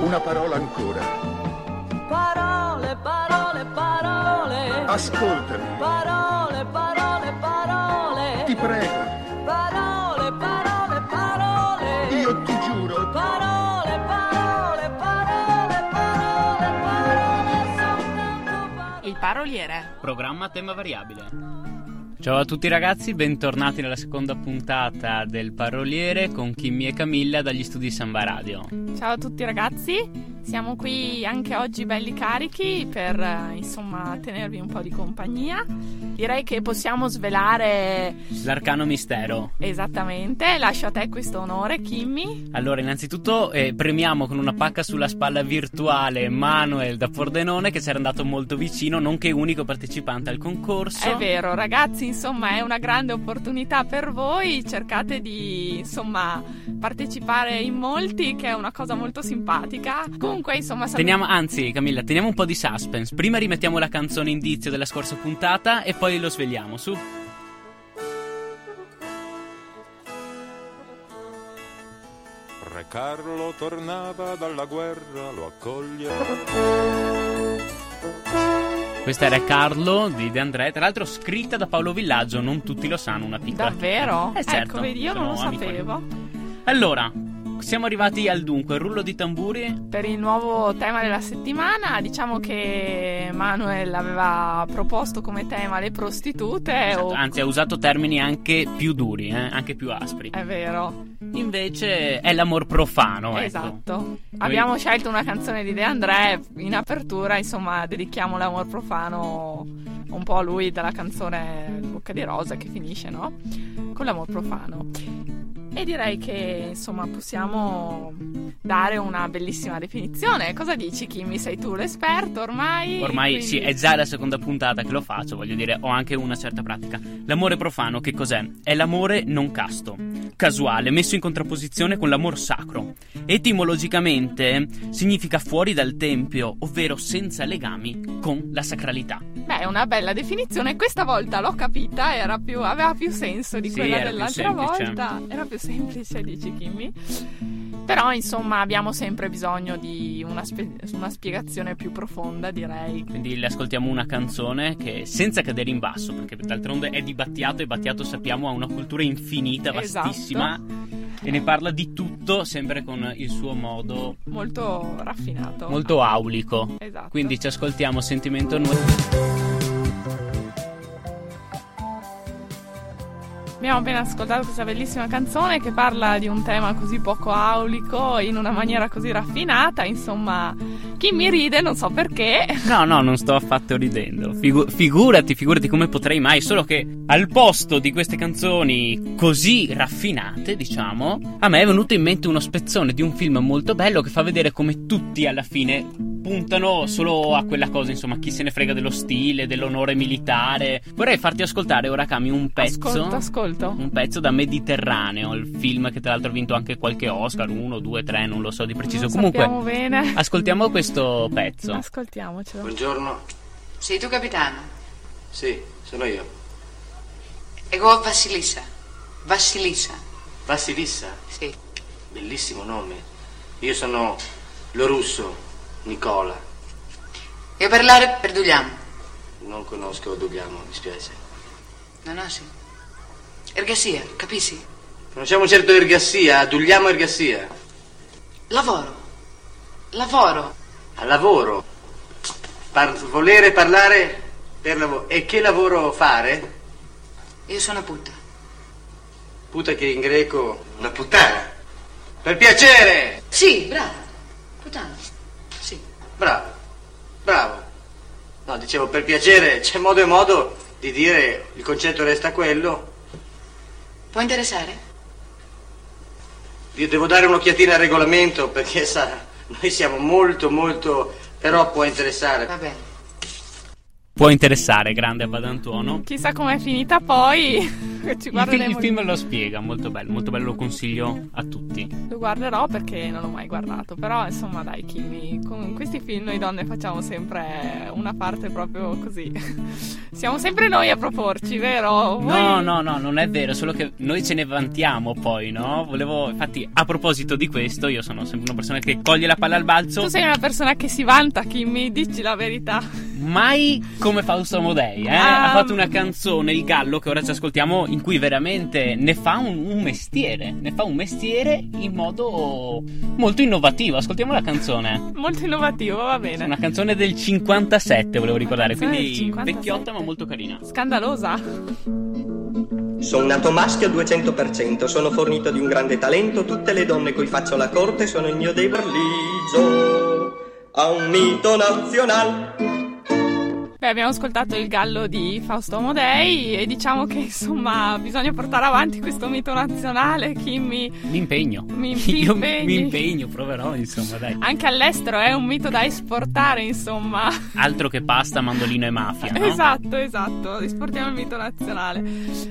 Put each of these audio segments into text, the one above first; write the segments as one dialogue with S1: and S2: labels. S1: una parola ancora.
S2: Parole, parole, parole.
S1: Ascoltami,
S2: Parole, parole, parole.
S1: ti prego,
S2: Parole, parole, parole.
S1: io ti giuro,
S2: Parole, parole, parole, parole, parole, soltanto parole.
S3: Il paroliere.
S4: Programma a tema variabile.
S5: Ciao a tutti ragazzi, bentornati nella seconda puntata del Paroliere con Kimmy e Camilla dagli studi di Samba Radio.
S3: Ciao a tutti ragazzi, siamo qui anche oggi belli carichi per eh, insomma tenervi un po' di compagnia. Direi che possiamo svelare
S5: L'arcano mistero.
S3: esattamente, lascio a te questo onore Kimmy.
S5: Allora, innanzitutto eh, premiamo con una pacca sulla spalla virtuale Manuel da Pordenone che c'era andato molto vicino, nonché unico partecipante al concorso.
S3: È vero ragazzi, insomma è una grande opportunità per voi, cercate di insomma partecipare in molti che è una cosa molto simpatica. Comunque insomma salu-
S5: Teniamo, anzi, Camilla, teniamo un po' di suspense. Prima rimettiamo la canzone indizio della scorsa puntata e poi lo svegliamo, su.
S6: Re Carlo tornava dalla guerra, lo accoglie.
S5: Questa era Carlo di De André, tra l'altro scritta da Paolo Villaggio, non tutti lo sanno, una piccola.
S3: Davvero?
S5: Eh, certo,
S3: ecco, vedi, io non lo
S5: sono amico.
S3: sapevo.
S5: Allora, siamo arrivati al dunque, rullo di tamburi.
S3: Per il nuovo tema della settimana, diciamo che Manuel aveva proposto come tema le prostitute.
S5: Esatto,
S3: o-
S5: Anzi, ha usato termini anche più duri, eh, anche più aspri.
S3: È vero,
S5: Invece è l'amor profano, ecco.
S3: Eh. esatto. Abbiamo scelto una canzone di De André in apertura, insomma, dedichiamo l'amor profano un po' a lui dalla canzone Bocca di Rosa che finisce, no? Con l'amor profano. E direi che, insomma, possiamo dare una bellissima definizione. Cosa dici, Kimi? Sei tu l'esperto ormai?
S5: Ormai
S3: quindi-
S5: sì, è già la seconda puntata che lo faccio, voglio dire, ho anche una certa pratica. L'amore profano che cos'è? È l'amore non casto, casuale, messo in contrapposizione con l'amor sacro. Etimologicamente significa fuori dal tempio, ovvero senza legami con la sacralità.
S3: Beh, è una bella definizione. Questa volta l'ho capita, era più- aveva più senso di
S5: Sì,
S3: quella
S5: era più
S3: dell'altra
S5: semplice.
S3: volta. Era più semplice, dici Kimmy. Però, insomma, abbiamo sempre bisogno di una, spe- una spiegazione più profonda, direi.
S5: Quindi le ascoltiamo una canzone che senza cadere in basso, perché d'altronde è di Battiato e Battiato sappiamo ha una cultura infinita,
S3: Esatto.
S5: vastissima. E ne parla di tutto, sempre con il suo modo
S3: Molto raffinato.
S5: molto aulico.
S3: Esatto.
S5: Quindi ci ascoltiamo Sentimento Nuovo.
S3: Abbiamo appena ascoltato questa bellissima canzone che parla di un tema così poco aulico, in una maniera così raffinata. Insomma, chi mi ride, non so perché.
S5: No, no, non sto affatto ridendo. Figu- figurati, figurati come potrei mai. Solo che al posto di queste canzoni così raffinate, diciamo, a me è venuto in mente uno spezzone di un film molto bello che fa vedere come tutti alla fine puntano solo a quella cosa, insomma, chi se ne frega dello stile, dell'onore militare. Vorrei farti ascoltare ora, Cami, un pezzo. Mm,
S3: Ascolto, ascolto.
S5: Un pezzo da Mediterraneo, il film che tra l'altro ha vinto anche qualche Oscar, uno, due, tre, non lo so di preciso.
S3: Non
S5: Comunque,
S3: sappiamo bene.
S5: ascoltiamo questo pezzo.
S3: Ascoltiamocelo.
S7: Buongiorno.
S8: Sei tu capitano?
S7: Sì, sono io.
S8: Ego Vasilisa. Vasilisa,
S7: Vasilissa,
S8: sì.
S7: bellissimo nome. Io sono lo russo, Nicola.
S8: E parlare per Dugliamo?
S7: Non conosco Dugliamo, mi spiace.
S8: Non ho sì. Ergasia, capisci?
S7: Conosciamo certo Ergassia, Dugliamo Ergassia.
S8: Lavoro. Lavoro.
S7: Al lavoro. Par- volere parlare per lavoro. E che lavoro fare?
S8: Io sono puta.
S7: Puta che in greco una puttana. Per piacere!
S8: Sì, bravo. Putano. Sì.
S7: Bravo, bravo. No, dicevo, per piacere, c'è modo e modo di dire il concetto resta quello,
S8: Può interessare?
S7: Io devo dare un'occhiatina al regolamento perché sa, noi siamo molto molto però può interessare.
S8: Va bene.
S5: può interessare, grande Abadantuono.
S3: Chissà com'è finita poi. Ci
S5: Il, fi- il
S3: guarderemo.
S5: film lo spiega, molto bello, molto bello, lo consiglio a tutti.
S3: Lo guarderò perché non l'ho mai guardato. Però insomma, dai, Kimi, con in questi film noi donne facciamo sempre una parte proprio così. Siamo sempre noi a proporci, vero?
S5: No,
S3: Voi-
S5: no, no, non è vero, solo che noi ce ne vantiamo poi, no? Volevo, infatti, a proposito di questo, io sono sempre una persona che coglie la palla al balzo,
S3: Tu sei una persona che si vanta, Kimi, dici la verità.
S5: mai come Fausto Amodei, eh?
S3: Ah.
S5: Ha fatto una canzone, Il Gallo, che ora ci ascoltiamo, in cui veramente ne fa un, un mestiere, ne fa un mestiere in modo molto innovativo. Ascoltiamo la canzone.
S3: Molto innovativo, va bene.
S5: Una canzone del 57, volevo ricordare,
S3: canzone del
S5: quindi
S3: 57.
S5: vecchiotta ma molto carina.
S3: Scandalosa.
S9: Sono nato maschio al 200%, sono fornito di un grande talento, tutte le donne cui faccio la corte sono il mio dei Berligio, a un mito nazionale.
S3: Beh, abbiamo ascoltato il gallo di Fausto Amodei e diciamo che insomma bisogna portare avanti questo mito nazionale, Kimmy.
S5: Mi impegno.
S3: Mi- ti
S5: Io
S3: impegni?
S5: mi impegno, proverò, insomma, dai.
S3: Anche all'estero è un mito da esportare, insomma.
S5: Altro che pasta, mandolino e mafia, no?
S3: Esatto, esatto, esportiamo il mito nazionale.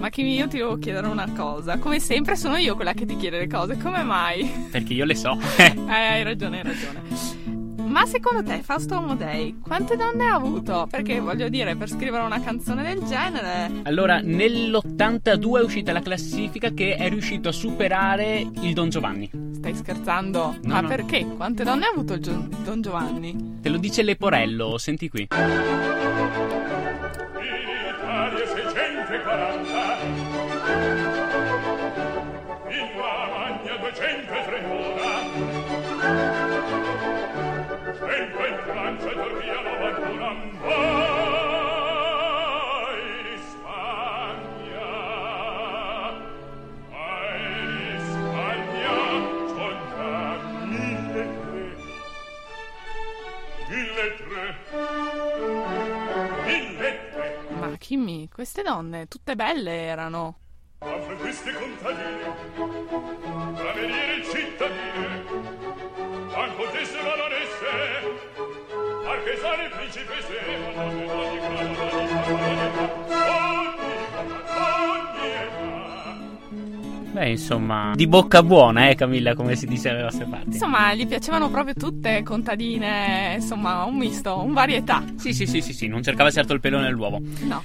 S3: Ma Kimmy, io ti devo chiedere una cosa. Come sempre sono io quella che ti chiede le cose, come mai?
S5: Perché io le so.
S3: Eh, hai ragione, hai ragione. Ma secondo te Fausto Amodei quante donne ha avuto? Perché voglio dire, per scrivere una canzone del genere...
S5: allora, nell'82 è uscita la classifica che è riuscito a superare il Don Giovanni.
S3: Stai scherzando?
S5: No,
S3: Ma
S5: no.
S3: perché? Quante donne ha avuto il Gio- Don Giovanni?
S5: Te lo dice Leporello, senti qui.
S3: Ma Kimmy, queste donne tutte belle erano.
S10: queste contadine, cameriere e cittadine, bancontesse e baronesse, artesane e principesse, madame d'ogni grado, d'ogni fama, d'ogni età, ogni, ogni età.
S5: Beh, insomma, di bocca buona, eh, Camilla, come si dice alle vostre parti.
S3: Insomma, gli piacevano proprio tutte contadine, insomma, un misto, un varietà.
S5: Sì, sì, sì, sì, sì, non cercava certo il pelone nell'uovo.
S3: No.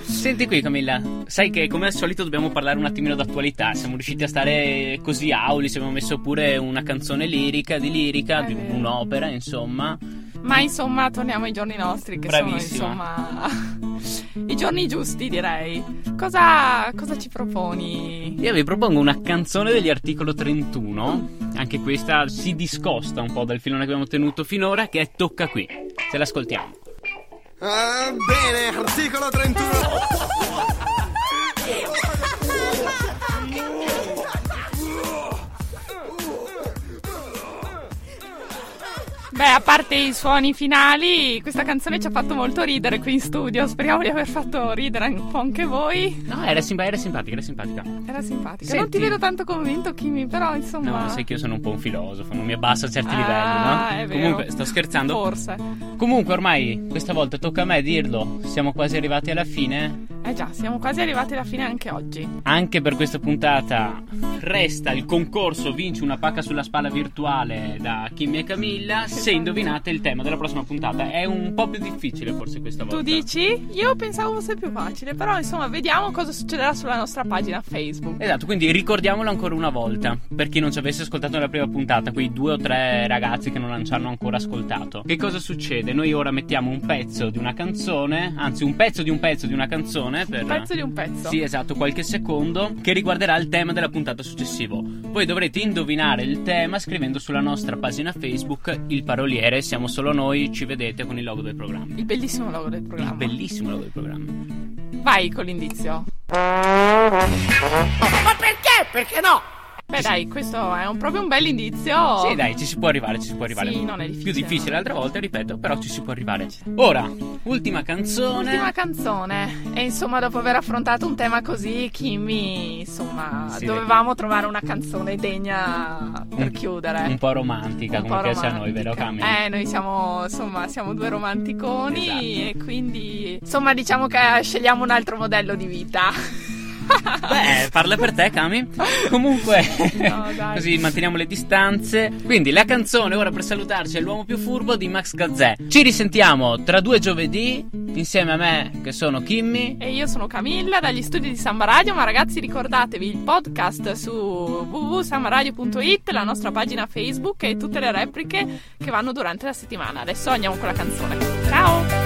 S5: Senti qui Camilla, sai che come al solito dobbiamo parlare un attimino d'attualità, siamo riusciti a stare così auli, ci abbiamo messo pure una canzone lirica, di lirica,
S3: È
S5: di
S3: vero.
S5: un'opera insomma.
S3: Ma insomma, torniamo ai giorni nostri che
S5: Bravissima.
S3: sono, insomma, i giorni giusti, direi. Cosa, cosa ci proponi?
S5: Io vi propongo una canzone degli articolo 31, anche questa si discosta un po' dal filone che abbiamo tenuto finora, che è Tocca qui, se l'ascoltiamo.
S9: bene, articolo 31.
S3: Beh, a parte i suoni finali, questa canzone ci ha fatto molto ridere qui in studio. Speriamo di aver fatto ridere un po' anche voi.
S5: No, era, simpa- era simpatica, era simpatica.
S3: Era simpatica.
S5: Senti.
S3: Non ti vedo tanto convinto, Kimi, però
S5: No,
S3: insomma.
S5: sai che io sono un po' un filosofo, non mi abbasso a certi
S3: Ah,
S5: livelli, no?
S3: è vero.
S5: Comunque, sto scherzando.
S3: Forse.
S5: Comunque ormai questa volta tocca a me dirlo, siamo quasi arrivati alla fine.
S3: Eh già, siamo quasi arrivati alla fine anche oggi.
S5: Anche per questa puntata resta il concorso Vinci una pacca sulla spalla virtuale da Kim e Camilla se indovinate il tema della prossima puntata. È un po' più difficile forse questa volta.
S3: Tu dici? Io pensavo fosse più facile, però insomma, vediamo cosa succederà sulla nostra pagina Facebook.
S5: Esatto, quindi ricordiamolo ancora una volta, per chi non ci avesse ascoltato nella prima puntata, quei due o tre ragazzi che non ci hanno ancora ascoltato. Che cosa succede? Noi ora mettiamo un pezzo di una canzone, anzi un pezzo di un pezzo di una canzone per...
S3: Un pezzo di un pezzo.
S5: Sì, esatto, qualche secondo che riguarderà il tema della puntata successiva. Voi dovrete indovinare il tema scrivendo sulla nostra pagina Facebook il paroliere, siamo solo noi, ci vedete con il logo del programma.
S3: Il bellissimo logo del
S5: Il
S3: programma.
S5: bellissimo logo del programma.
S3: Vai con l'indizio.
S7: Ma perché? Perché no?
S3: Beh, dai, questo è un- proprio un bel indizio.
S5: Sì, dai, ci si può arrivare, ci si può arrivare.
S3: Oh. Sì, non è
S5: Più
S3: difficile,
S5: difficile l'altra volta, ripeto, però ci si può arrivare. Ora, ultima canzone.
S3: Ultima canzone. E insomma, dopo aver affrontato un tema così, Kimmy, insomma,
S5: Sì.
S3: dovevamo trovare una canzone degna per
S5: Un-
S3: chiudere.
S5: Un po' romantica,
S3: Un
S5: come
S3: po'
S5: piace a noi,
S3: romantica.
S5: vero Camille?
S3: Eh, noi siamo, insomma, siamo due romanticoni
S5: Esatto.
S3: e quindi, insomma, diciamo che scegliamo un altro modello di vita.
S5: Beh, parla per te, Cami. Comunque,
S3: No, dai.
S5: così manteniamo le distanze. Quindi, la canzone ora per salutarci è L'uomo più furbo di Max Gazzè. Ci risentiamo tra due giovedì insieme a me, che sono Kimmy.
S3: E io sono Camilla dagli studi di Samba Radio, ma ragazzi ricordatevi il podcast su www.sambaradio.it, la nostra pagina Facebook e tutte le repliche che vanno durante la settimana. Adesso andiamo con la canzone. Ciao!